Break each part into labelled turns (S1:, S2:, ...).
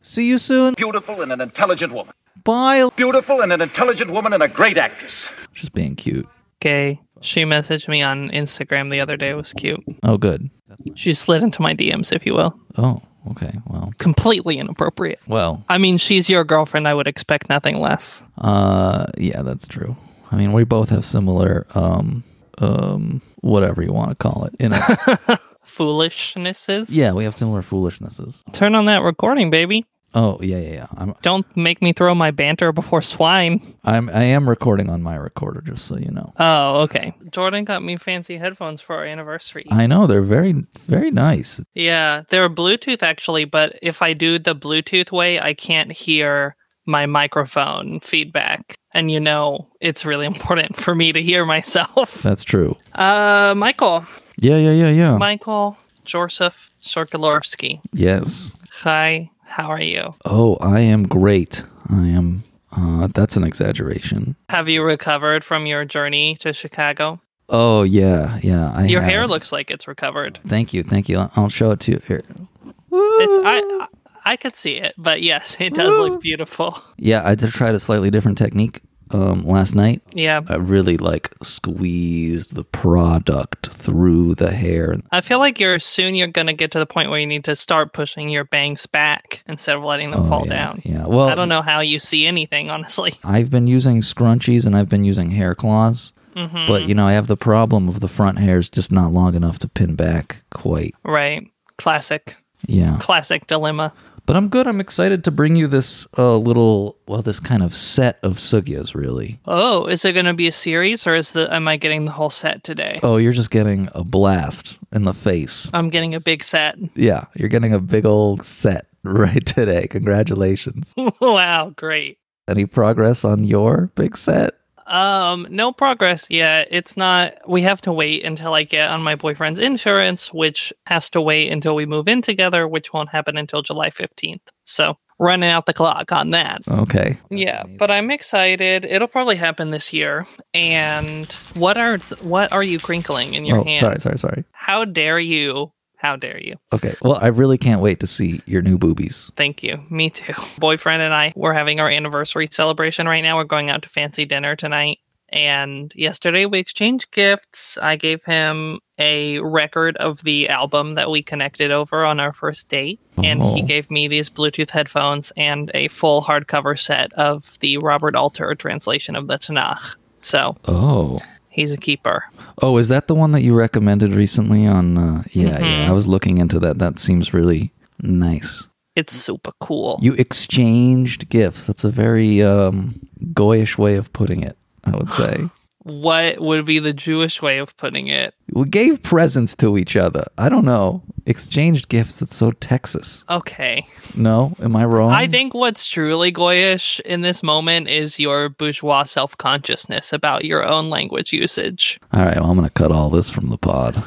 S1: soon.
S2: Beautiful and an intelligent woman.
S1: Bye.
S2: Beautiful and an intelligent woman and a great actress.
S1: Just being cute.
S3: Gay. She messaged me on Instagram the other day. It was cute.
S1: Oh, good.
S3: She slid into my DMs, if you will.
S1: Oh, okay. Well,
S3: Completely inappropriate.
S1: well.
S3: I mean, she's your girlfriend. I would expect nothing less.
S1: Uh, yeah, that's true. I mean, we both have similar um um whatever you want to call it. You know.
S3: Foolishnesses.
S1: yeah, we have similar foolishnesses.
S3: Turn on that recording, baby.
S1: Oh yeah, yeah, yeah. I'm
S3: Don't make me throw my banter before swine.
S1: I'm I am recording on my recorder, just so you know.
S3: Oh, okay. Jordan got me fancy headphones for our anniversary.
S1: I know they're very very nice.
S3: Yeah, they're Bluetooth actually, but if I do the Bluetooth way, I can't hear my microphone feedback. And you know, it's really important for me to hear myself.
S1: That's true.
S3: Uh, Michael,
S1: Yeah, yeah, yeah, yeah.
S3: Michael Joseph Sorkolowski.
S1: yes.
S3: Hi, how are you?
S1: Oh, I am great. I am. Uh, that's an exaggeration.
S3: Have you recovered from your journey to Chicago?
S1: Oh yeah, yeah. I
S3: Your
S1: have.
S3: hair looks like it's recovered.
S1: Thank you, thank you. I'll- I'll show it to you here.
S3: It's I I could see it, but yes, it does look beautiful.
S1: Yeah, I did tried a slightly different technique um, last night.
S3: Yeah.
S1: I really like squeezed the product through the hair.
S3: I feel like you're soon you're gonna get to the point where you need to start pushing your bangs back instead of letting them fall
S1: Oh, yeah,
S3: down.
S1: Yeah. Well,
S3: I don't know how you see anything, honestly.
S1: I've been using scrunchies and I've been using hair claws.
S3: Mm-hmm.
S1: But you know, I have the problem of the front hair is just not long enough to pin back quite.
S3: Right. Classic.
S1: Yeah.
S3: Classic dilemma.
S1: But I'm good. I'm excited to bring you this uh, little, well, this kind of set of sugyas, really.
S3: Oh, is it gonna be a series or is the am I getting the whole set today?
S1: Oh, you're just getting a blast in the face.
S3: I'm getting a big set.
S1: Yeah, you're getting a big old set right today. Congratulations.
S3: wow, great.
S1: Any progress on your big set?
S3: Um, no progress yet. It's not we have to wait until I get on my boyfriend's insurance, which has to wait until we move in together, which won't happen until July fifteenth. So running out the clock on that.
S1: Okay.
S3: yeah but i'm excited it'll probably happen this year and what are what are you crinkling in your
S1: oh,
S3: hand
S1: sorry, sorry, sorry.
S3: how dare you how dare you
S1: Okay. Well, I really can't wait to see your new boobies.
S3: thank you me too boyfriend and i we're having our anniversary celebration right now we're going out to fancy dinner tonight and yesterday we exchanged gifts i gave him a record of the album that we connected over on our first date and he
S1: Oh.
S3: gave me these bluetooth headphones and a full hardcover set of the robert alter translation of the tanakh so
S1: Oh.
S3: He's a keeper.
S1: Oh, is that the one that you recommended recently on uh yeah,
S3: Mm-hmm.
S1: yeah. I was looking into that. That seems really nice.
S3: It's super cool.
S1: You exchanged gifts. That's a very um goyish way of putting it, I would say.
S3: what would be the Jewish way of putting it?
S1: we gave presents to each other. I don't know. Exchanged gifts, it's so Texas.
S3: Okay.
S1: No, am I wrong?
S3: I think what's truly goyish in this moment is your bourgeois self consciousness about your own language usage.
S1: All right, well, I'm going to cut all this from the pod.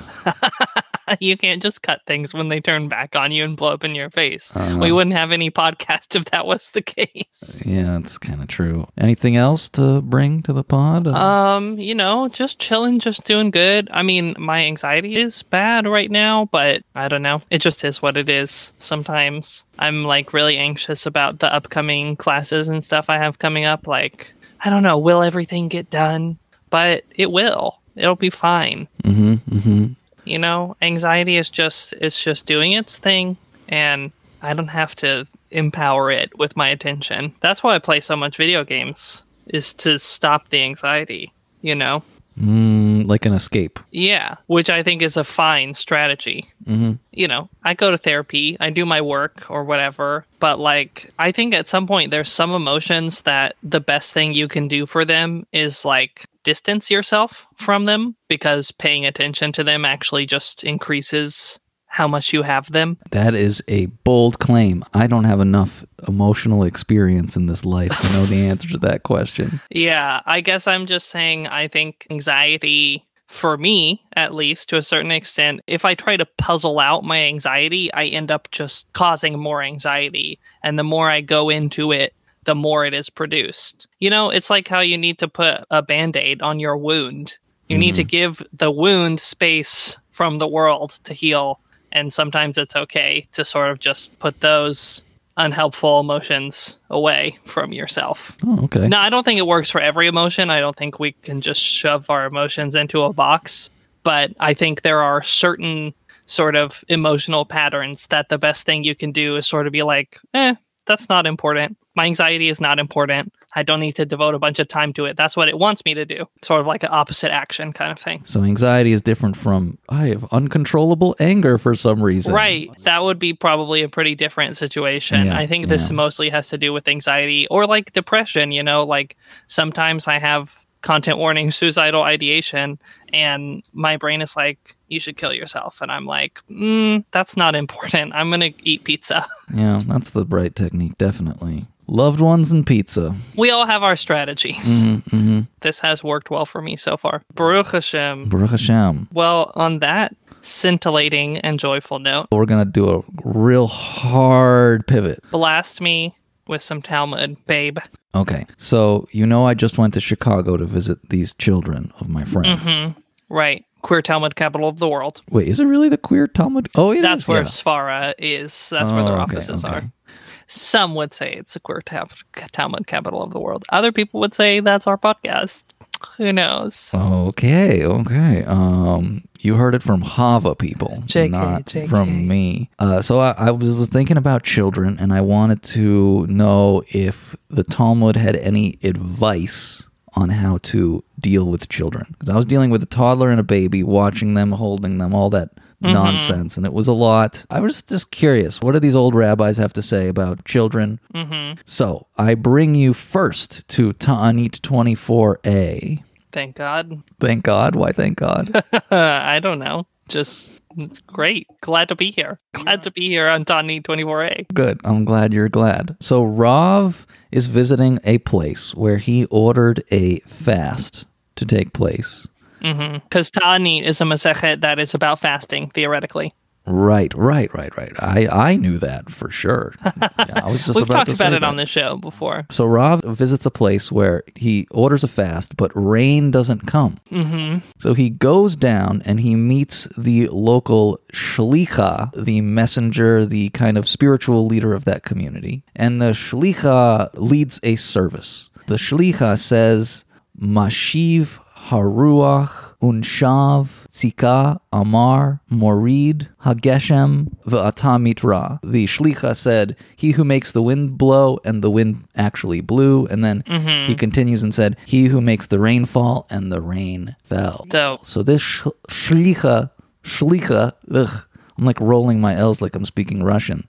S3: you can't just cut things when they turn back on you and blow up in your face. we wouldn't have any podcast if that was the case.
S1: Yeah, that's kind of true. Anything else to bring to the pod?
S3: Um, you know, just chilling, just doing good. I mean, my anxiety is bad right now, but I don't know. It just is what it is. Sometimes I'm like really anxious about the upcoming classes and stuff I have coming up. Like, I don't know, will everything get done? But it will. It'll be fine.
S1: hmm hmm
S3: You know, anxiety is just it's just doing its thing and I don't have to empower it with my attention. That's why I play so much video games is to stop the anxiety, you know.
S1: Mm, like an escape.
S3: Yeah, which I think is a fine strategy.
S1: Mhm.
S3: You know, I go to therapy, I do my work or whatever, but like, I think at some point there's some emotions that the best thing you can do for them is like distance yourself from them because paying attention to them actually just increases how much you have them.
S1: That is a bold claim. I don't have enough emotional experience in this life to know the answer to that question.
S3: Yeah, I guess I'm just saying I think anxiety for me at least to a certain extent if I try to puzzle out my anxiety, I end up just causing more anxiety and the more I go into it, the more it is produced. You know, it's like how you need to put a band-aid on your wound. You need to give the wound space from the world to heal and sometimes it's okay to sort of just put those unhelpful emotions away from yourself.
S1: Oh, okay.
S3: No, I don't think it works for every emotion. I don't think we can just shove our emotions into a box, but I think there are certain sort of emotional patterns that the best thing you can do is sort of be like, eh, that's not important. My anxiety is not important. I don't need to devote a bunch of time to it. That's what it wants me to do. Sort of like an opposite action kind of thing.
S1: So anxiety is different from I have uncontrollable anger for some reason.
S3: Right. That would be probably a pretty different situation.
S1: Yeah,
S3: I think this
S1: yeah.
S3: mostly has to do with anxiety or like depression, you know, like sometimes I have content warning suicidal ideation and my brain is like you should kill yourself and I'm like, mm, that's not important. I'm going to eat pizza.
S1: Yeah, that's the right technique, definitely. Loved ones and pizza.
S3: We all have our strategies.
S1: Mm-hmm.
S3: This has worked well for me so far. Baruch Hashem.
S1: Baruch Hashem.
S3: Well, on that scintillating and joyful note,
S1: We're gonna do a real hard pivot.
S3: blast me with some Talmud, babe.
S1: Okay. So you know I just went to Chicago to visit these children of my friend.
S3: Mm-hmm. Right. Queer Talmud capital of the world.
S1: Wait, is it really the queer Talmud? Oh, it is.
S3: That's where
S1: yeah.
S3: Sfara is. That's where
S1: Oh,
S3: their
S1: okay,
S3: offices
S1: okay.
S3: are. Some would say it's the queer Ta- Talmud capital of the world. Other people would say that's our podcast. Who knows?
S1: Okay, okay. Um, you heard it from Hava people,
S3: JK,
S1: not
S3: JK.
S1: from me. Uh, so I, I was was thinking about children, and I wanted to know if the Talmud had any advice on how to deal with children, because I was dealing with a toddler and a baby, watching them, holding them, all that nonsense, and it was a lot. I was just curious, what do these old rabbis have to say about children? So I bring you first to Ta'anit twenty four a.
S3: Thank God. Uh,
S1: Thank God. Why thank God?
S3: I don't know. Just it's great. Glad to be here. Glad to be here on Tani 24A.
S1: Good. I'm glad you're glad. So Rav is visiting a place where he ordered a fast to take place.
S3: Because Tani is a Masechet that is about fasting, theoretically.
S1: Right, right, right, right. I, I knew that for sure. Yeah, I was just
S3: We've
S1: about
S3: talked
S1: to
S3: about
S1: say
S3: it on
S1: that.
S3: the show before.
S1: So Rav visits a place where he orders a fast, but rain doesn't come. Mm-hmm. So he goes down and he meets the local shlicha, the messenger, the kind of spiritual leader of that community. And the shlicha leads a service. The shlicha says, Mashiv haruach unshav tzika amar morid hageshem v'atamit ra. The shlicha said, "He who makes the wind blow," and the wind actually blew. And then he continues and said, "He who makes the rain fall," and the rain fell.
S3: So
S1: So this sh- shlicha, shlicha, ugh, I'm like rolling my L's like I'm speaking Russian.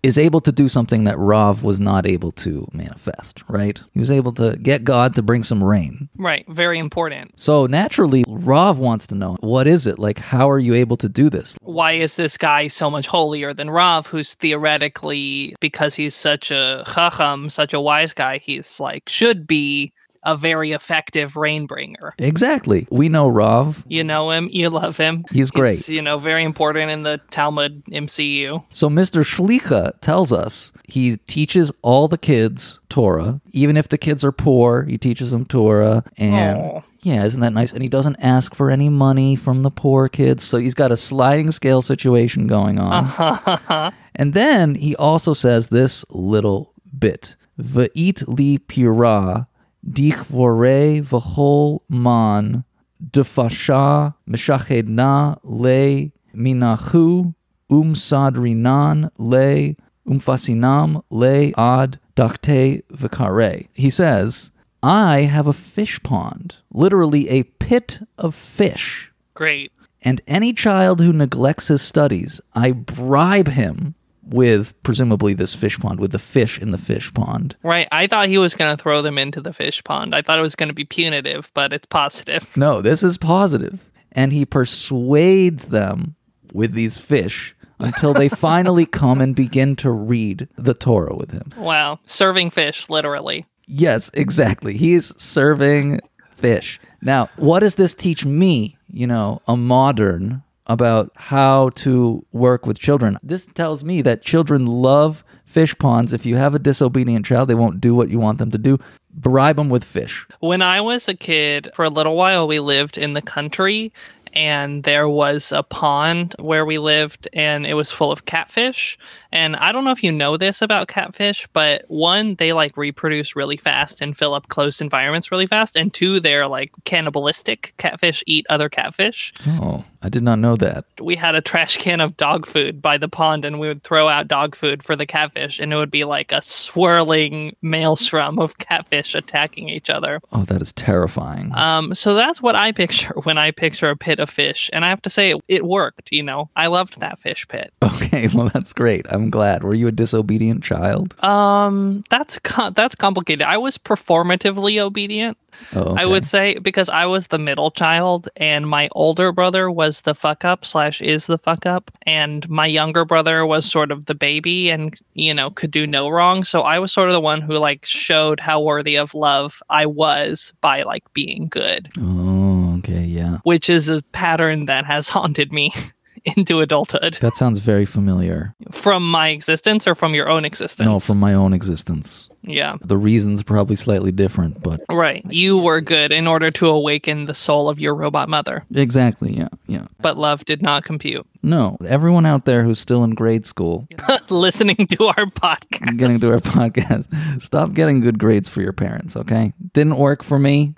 S1: is able to do something that Rav was not able to manifest, right? He was able to get God to bring some rain.
S3: Right. Very important.
S1: So naturally, Rav wants to know what is it? Like, how are you able to do this?
S3: Why is this guy so much holier than Rav, who's theoretically, because he's such a chacham, such a wise guy, he's like, should be a very effective rain bringer.
S1: Exactly. We know Rav.
S3: You know him, you love him.
S1: He's great.
S3: you know, very important in the Talmud MCU.
S1: So Mr. Shlicha tells us he teaches all the kids Torah. Even if the kids are poor, he teaches them Torah. And
S3: Aw.
S1: yeah, isn't that nice? And he doesn't ask for any money from the poor kids. So he's got a sliding scale situation going on. And then he also says this little bit: "V'it li pira dichvore v'hol man defasha mishachedna le minachu umsadrinan le umfasinam le ad dakte v'kare." He says, "I have a fish pond, literally a pit of fish."
S3: Great.
S1: And any child who neglects his studies, I bribe him with presumably this fish pond, with the fish in the fish pond.
S3: Right. I thought he was going to throw them into the fish pond. I thought it was going to be punitive, but it's positive.
S1: No, this is positive. And he persuades them with these fish until they finally come and begin to read the Torah with him.
S3: Wow. Serving fish, literally.
S1: Yes, exactly. He is serving fish. Now, what does this teach me, you know, a modern, about how to work with children? This tells me that children love fish ponds. If you have a disobedient child, they won't do what you want them to do. Bribe them with fish.
S3: When I was a kid, for a little while, we lived in the country and there was a pond where we lived and it was full of catfish and i don't know if you know this about catfish but one they like reproduce really fast and fill up closed environments really fast and two they're like cannibalistic catfish eat other catfish
S1: Oh, I did not know that.
S3: we had a trash can of dog food by the pond and we would throw out dog food for the catfish and it would be like a swirling maelstrom of catfish attacking each other
S1: Oh, that is terrifying.
S3: um, so that's what i picture when i picture a pit of fish and i have to say it, it worked you know i loved that fish pit
S1: okay, well that's great. I'm glad. Were you a disobedient child?
S3: um that's co- that's complicated i was performatively obedient
S1: Oh,
S3: I
S1: okay.
S3: would say because I was the middle child and my older brother was the fuck up slash is the fuck up and my younger brother was sort of the baby and you know could do no wrong so I was sort of the one who like showed how worthy of love I was by like being good
S1: Oh, okay, yeah.
S3: which is a pattern that has haunted me into adulthood
S1: That sounds very familiar.
S3: from my existence or from your own existence
S1: No, from my own existence.
S3: yeah
S1: The reasons probably slightly different, but
S3: right you were good in order to awaken the soul of your robot mother
S1: exactly, yeah, yeah.
S3: but love did not compute
S1: No, everyone out there who's still in grade school
S3: listening to our podcast.
S1: getting to our podcast. Stop getting good grades for your parents, okay? Didn't work for me.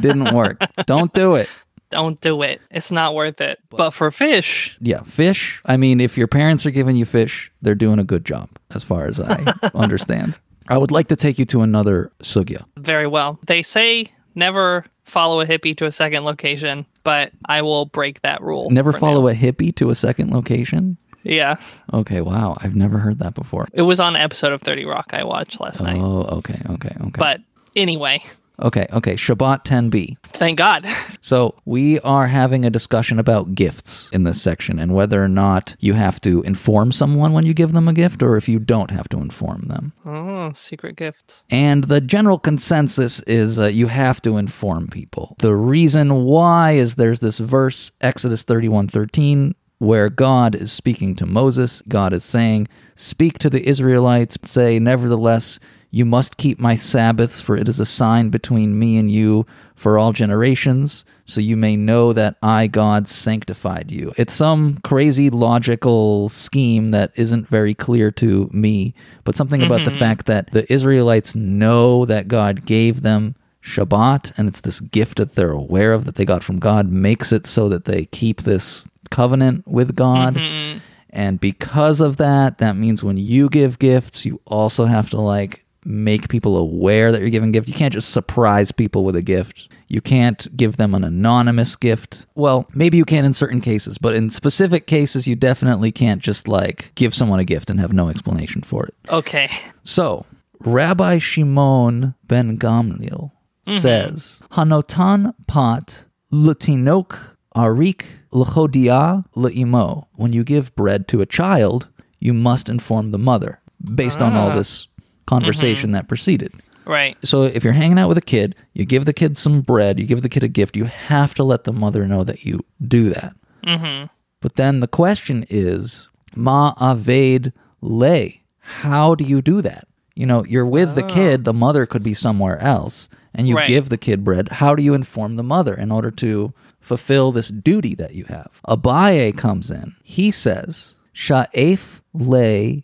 S1: Didn't work. Don't do it.
S3: Don't do it. It's not worth it. But for fish,
S1: Yeah, fish. I mean, if your parents are giving you fish, they're doing a good job, as far as I understand. I would like to take you to another sugya.
S3: very well. They say never follow a hippie to a second location, but I will break that rule.
S1: Never
S3: for
S1: follow a hippie to a second location.
S3: now. Yeah.
S1: Okay, wow. I've never heard that before.
S3: It was on an episode of 30 Rock I watched last night.
S1: Oh, okay, okay, okay.
S3: But anyway,
S1: okay, okay. Shabbat 10b.
S3: thank God.
S1: So, we are having a discussion about gifts in this section and whether or not you have to inform someone when you give them a gift or if you don't have to inform them.
S3: oh, secret gifts.
S1: And the general consensus is uh, you have to inform people. The reason why is there's this verse, Exodus 31 13, where God is speaking to Moses. God is saying, Speak to the Israelites, say, Nevertheless, you must keep my Sabbaths, for it is a sign between me and you for all generations, so you may know that I, God, sanctified you. It's some crazy logical scheme that isn't very clear to me, but something about the fact that the Israelites know that God gave them Shabbat, and it's this gift that they're aware of that they got from God, makes it so that they keep this covenant with God. And because of that, that means when you give gifts, you also have to like make people aware that you're giving gift. You can't just surprise people with a gift. You can't give them an anonymous gift. Well, maybe you can in certain cases, but in specific cases you definitely can't just like give someone a gift and have no explanation for it.
S3: Okay.
S1: So, Rabbi Shimon ben Gamliel says, Hanotan pat l'tinok arik l'chodia l'imo. When you give bread to a child, you must inform the mother, based on all this conversation that preceded.
S3: Right.
S1: So if you're hanging out with a kid, you give the kid some bread, you give the kid a gift, you have to let the mother know that you do that. Mm-hmm. But then the question is, ma aved le? How do you do that? You know, you're with the kid, the mother could be somewhere else, and you
S3: Right.
S1: give the kid bread. How do you inform the mother in order to fulfill this duty that you have? Abaye comes in. He says, Sha'ef le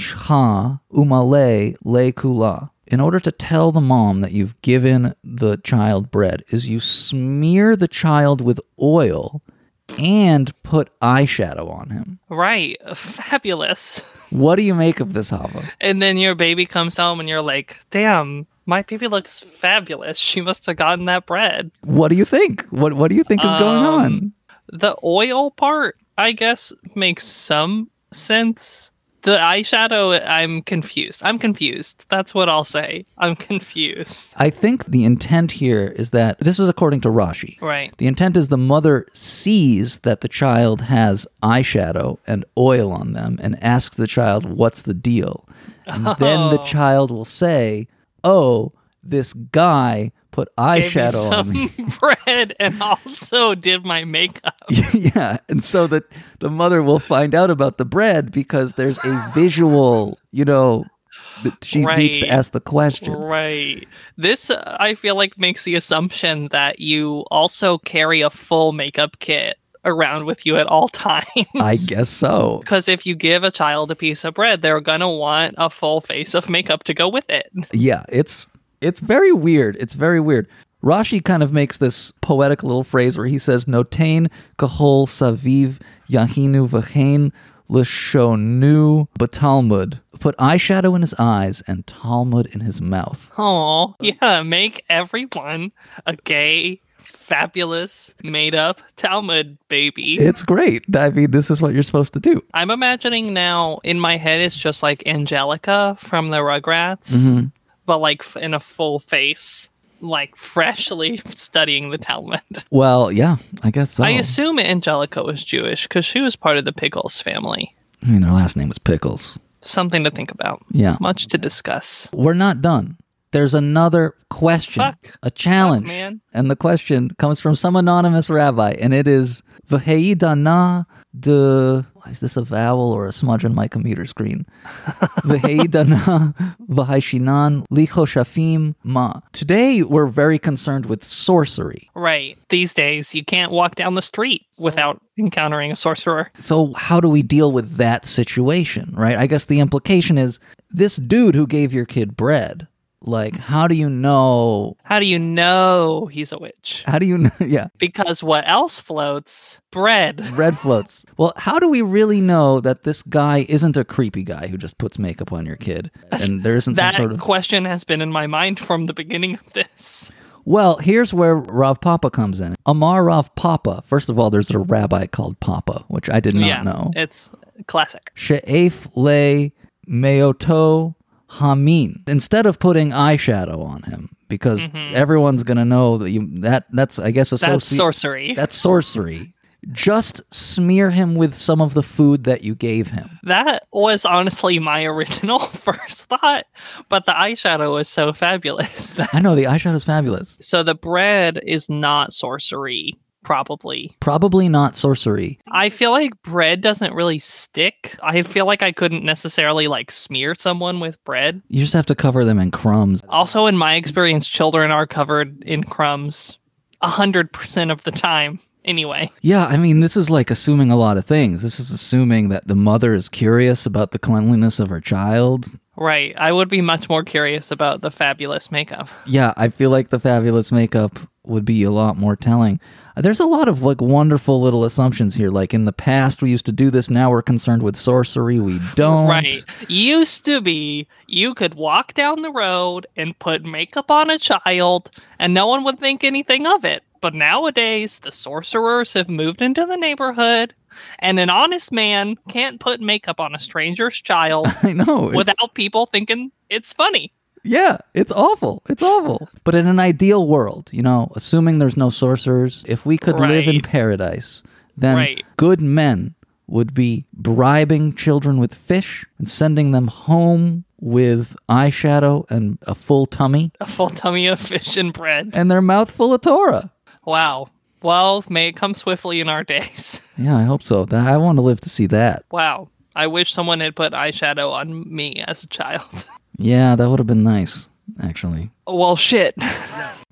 S1: mishcha umale le kula. In order to tell the mom that you've given the child bread, is you smear the child with oil and put eyeshadow on him.
S3: Right. Fabulous.
S1: What do you make of this, Hava?
S3: And then your baby comes home and you're like, damn, my baby looks fabulous. She must have gotten that bread.
S1: What do you think? What What do you think is going
S3: Um,
S1: on?
S3: the oil part i guess makes some sense the eyeshadow i'm confused i'm confused that's what i'll say i'm confused
S1: I think the intent here is that this is according to Rashi.
S3: right
S1: The intent is the mother sees that the child has eyeshadow and oil on them and asks the child, What's the deal? And then the
S3: Oh.
S1: child will say, Oh, this guy put
S3: Gave me
S1: eyeshadow on me.
S3: some bread and also did my makeup
S1: yeah. And so that the mother will find out about the bread because there's a visual, you know, that she needs
S3: Right.
S1: to ask the question.
S3: Right. This, uh, I feel like, makes the assumption that you also carry a full makeup kit around with you at all times.
S1: I guess so.
S3: Because if you give a child a piece of bread, they're going to want a full face of makeup to go with it.
S1: Yeah, it's it's very weird. It's very weird. Rashi kind of makes this poetic little phrase where he says, "Notain kahol saviv yahinu v'chein l'shonu b'talmud." Put eyeshadow in his eyes and Talmud in his mouth.
S3: Oh, yeah. Make everyone a gay, fabulous, made up Talmud baby.
S1: It's great. I mean, this is what you're supposed to do.
S3: I'm imagining now in my head it's just like Angelica from the Rugrats,
S1: Mm-hmm.
S3: but like f- in a full face, like freshly studying the Talmud.
S1: Well, yeah, I guess so.
S3: I assume Angelica was Jewish because she was part of the Pickles family.
S1: I mean, their last name was Pickles.
S3: Something to think about.
S1: Yeah.
S3: Much to discuss.
S1: We're not done. There's another question,
S3: Fuck.
S1: a challenge.
S3: Fuck, man.
S1: And the question comes from some anonymous rabbi, and it is V'heidana de. Why is this a vowel or a smudge on my computer screen? V'heidana v'haishinan licho shafim ma. Today, we're very concerned with sorcery.
S3: Right. These days, you can't walk down the street without encountering a sorcerer.
S1: So, how do we deal with that situation, right? I guess the implication is this dude who gave your kid bread, like, how do you know?
S3: How do you know he's a witch?
S1: How do you know? Yeah,
S3: Because what else floats? Bread.
S1: bread floats. Well, how do we really know that this guy isn't a creepy guy who just puts makeup on your kid and there isn't some
S3: That
S1: sort of.
S3: question has been in my mind from the beginning of this.
S1: Well, here's where Rav Papa comes in. Amar Rav Papa. First of all, there's a rabbi called Papa, which I did not
S3: yeah,
S1: know.
S3: it's classic.
S1: She'ef le meoto hamin. Instead of putting eyeshadow on him, because everyone's gonna know that you that that's I guess associ-
S3: That's sorcery.
S1: that's sorcery. Just smear him with some of the food that you gave him.
S3: That was honestly my original first thought, but the eyeshadow was so fabulous. that-
S1: I know the eyeshadow's fabulous.
S3: so the bread is not sorcery, probably.
S1: Probably not sorcery.
S3: I feel like bread doesn't really stick. I feel like I couldn't necessarily like smear someone with bread.
S1: You just have to cover them in crumbs.
S3: Also, in my experience, children are covered in crumbs a hundred percent of the time. Anyway,
S1: Yeah, I mean, this is like assuming a lot of things. This is assuming that the mother is curious about the cleanliness of her child.
S3: Right. I would be much more curious about the fabulous makeup.
S1: Yeah, I feel like the fabulous makeup would be a lot more telling. There's a lot of like wonderful little assumptions here. Like in the past, we used to do this. Now we're concerned with sorcery. We don't.
S3: Right. Used to be you could walk down the road and put makeup on a child and no one would think anything of it. But nowadays, the sorcerers have moved into the neighborhood and an honest man can't put makeup on a stranger's child
S1: I know. it's-
S3: without people thinking it's funny.
S1: Yeah, it's awful. It's awful. But in an ideal world, you know, assuming there's no sorcerers, if we could live in
S3: Right.
S1: paradise, then
S3: Right.
S1: good men would be bribing children with fish and sending them home with eyeshadow and a full tummy
S3: A full tummy of fish and bread.
S1: and their mouth full of Torah.
S3: Wow. Well, may it come swiftly in our days.
S1: Yeah, I hope so. Th- I want to live to see that.
S3: Wow. I wish someone had put eyeshadow on me as a child.
S1: Yeah, that would have been nice, actually.
S3: well, shit.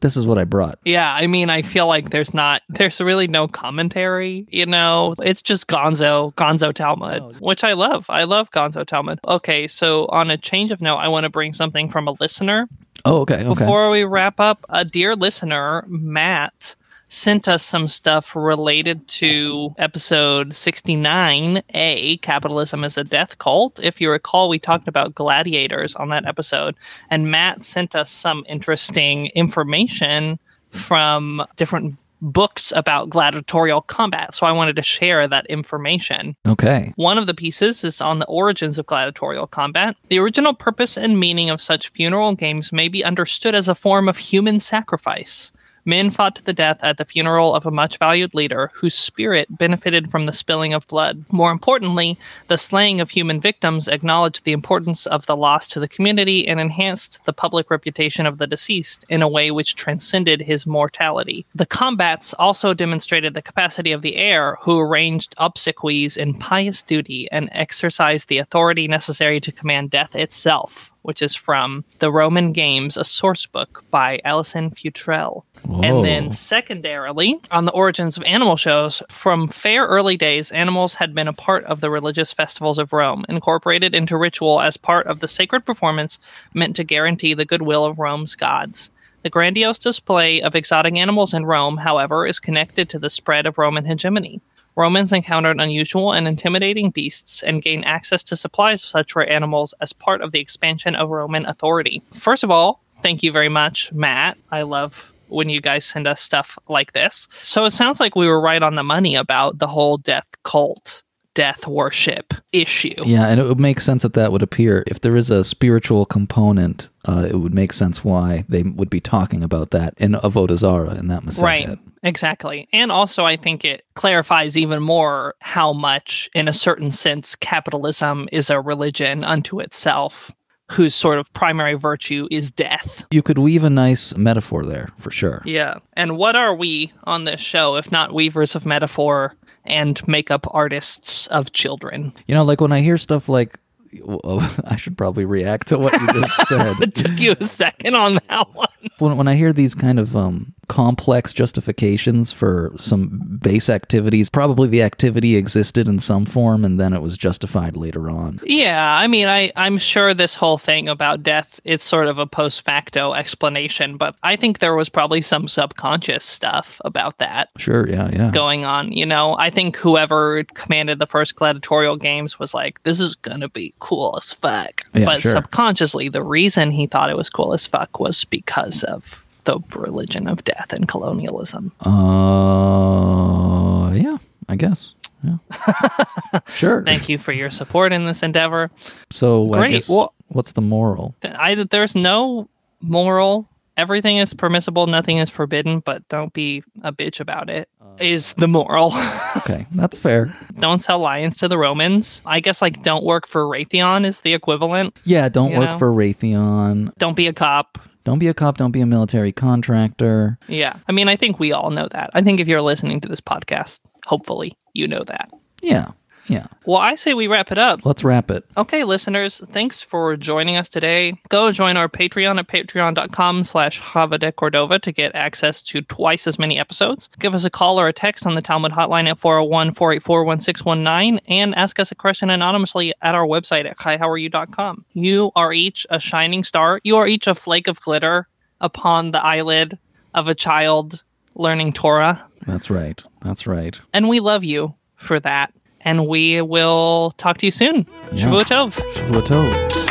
S1: This is what I brought.
S3: yeah, I mean, I feel like there's not, there's really no commentary, you know? It's just Gonzo, Gonzo Talmud, which I love. I love Gonzo Talmud. Okay, so on a change of note, I want to bring something from a listener.
S1: Oh, okay. Okay.
S3: Before we wrap up, a dear listener, Matt, sent us some stuff related to episode 69A Capitalism is a Death Cult. If you recall, we talked about gladiators on that episode, and Matt sent us some interesting information from different books about gladiatorial combat. So I wanted to share that information.
S1: okay.
S3: One of the pieces is on the origins of gladiatorial combat. The original purpose and meaning of such funeral games may be understood as a form of human sacrifice. Men fought to the death at the funeral of a much valued leader whose spirit benefited from the spilling of blood. More importantly, the slaying of human victims acknowledged the importance of the loss to the community and enhanced the public reputation of the deceased in a way which transcended his mortality. The combats also demonstrated the capacity of the heir, who arranged obsequies in pious duty and exercised the authority necessary to command death itself. which is from the Roman Games, a source book by Alison Futrell.
S1: Whoa.
S3: And then, secondarily, on the origins of animal shows, from fair early days, animals had been a part of the religious festivals of Rome, incorporated into ritual as part of the sacred performance meant to guarantee the goodwill of Rome's gods. The grandiose display of exotic animals in Rome, however, is connected to the spread of Roman hegemony. Romans encountered unusual and intimidating beasts and gained access to supplies of such rare animals as part of the expansion of Roman authority. First of all, thank you very much, Matt. I love when you guys send us stuff like this. So it sounds like we were right on the money about the whole death cult, death worship issue.
S1: Yeah, and it would make sense that that would appear. If there is a spiritual component, uh, it would make sense why they would be talking about that in Avodazara in that Messiah.
S3: Right. Exactly. And also, I think it clarifies even more how much, in a certain sense, capitalism is a religion unto itself, whose sort of primary virtue is death.
S1: You could weave a nice metaphor there for sure.
S3: Yeah. And what are we on this show if not weavers of metaphor and makeup artists of children?
S1: You know, like when I hear stuff like, oh, I should probably react to what you just said.
S3: It took you a second on that one.
S1: When, when I hear these kind of um, complex justifications for some base activities, probably the activity existed in some form and then it was justified later on.
S3: Yeah, I mean, I I'm sure this whole thing about death it's sort of a post facto explanation, but I think there was probably some subconscious stuff about that
S1: Sure, yeah, yeah.
S3: going on. You know, I think whoever commanded the first gladiatorial games was like, "This is gonna be cool as fuck,"
S1: Yeah,
S3: but
S1: sure.
S3: subconsciously, the reason he thought it was cool as fuck was because of the religion of death and colonialism.
S1: Uh, yeah, I guess. Yeah. sure.
S3: Thank you for your support in this endeavor.
S1: So I
S3: Great,
S1: guess,
S3: well-
S1: what's the moral?
S3: th- I, there's no moral. Everything is permissible, nothing is forbidden, but don't be a bitch about it.
S1: Uh.
S3: Is the moral.
S1: Okay, that's fair.
S3: don't sell lions to the Romans. I guess like don't work for Raytheon is the equivalent.
S1: Yeah, don't
S3: You
S1: work
S3: know?
S1: for Raytheon.
S3: Don't be a cop.
S1: Don't be a cop. Don't be a military contractor.
S3: Yeah. I mean, I think we all know that. I think if you're listening to this podcast, hopefully you know that.
S1: Yeah, yeah.
S3: Well, I say we wrap it up.
S1: Let's wrap it.
S3: Okay, listeners, thanks for joining us today. Go join our Patreon at patreon.com slash Java de Cordova to get access to twice as many episodes. Give us a call or a text on the Talmud hotline at 401-484-1619 and ask us a question anonymously at our website at hihowareyou.com. You are each a shining star. You are each a flake of glitter upon the eyelid of a child learning Torah.
S1: That's right. That's right.
S3: And we love you for that. And we will talk to you soon.
S1: Yeah.
S3: Shavuot Tov.
S1: Shavuot Tov.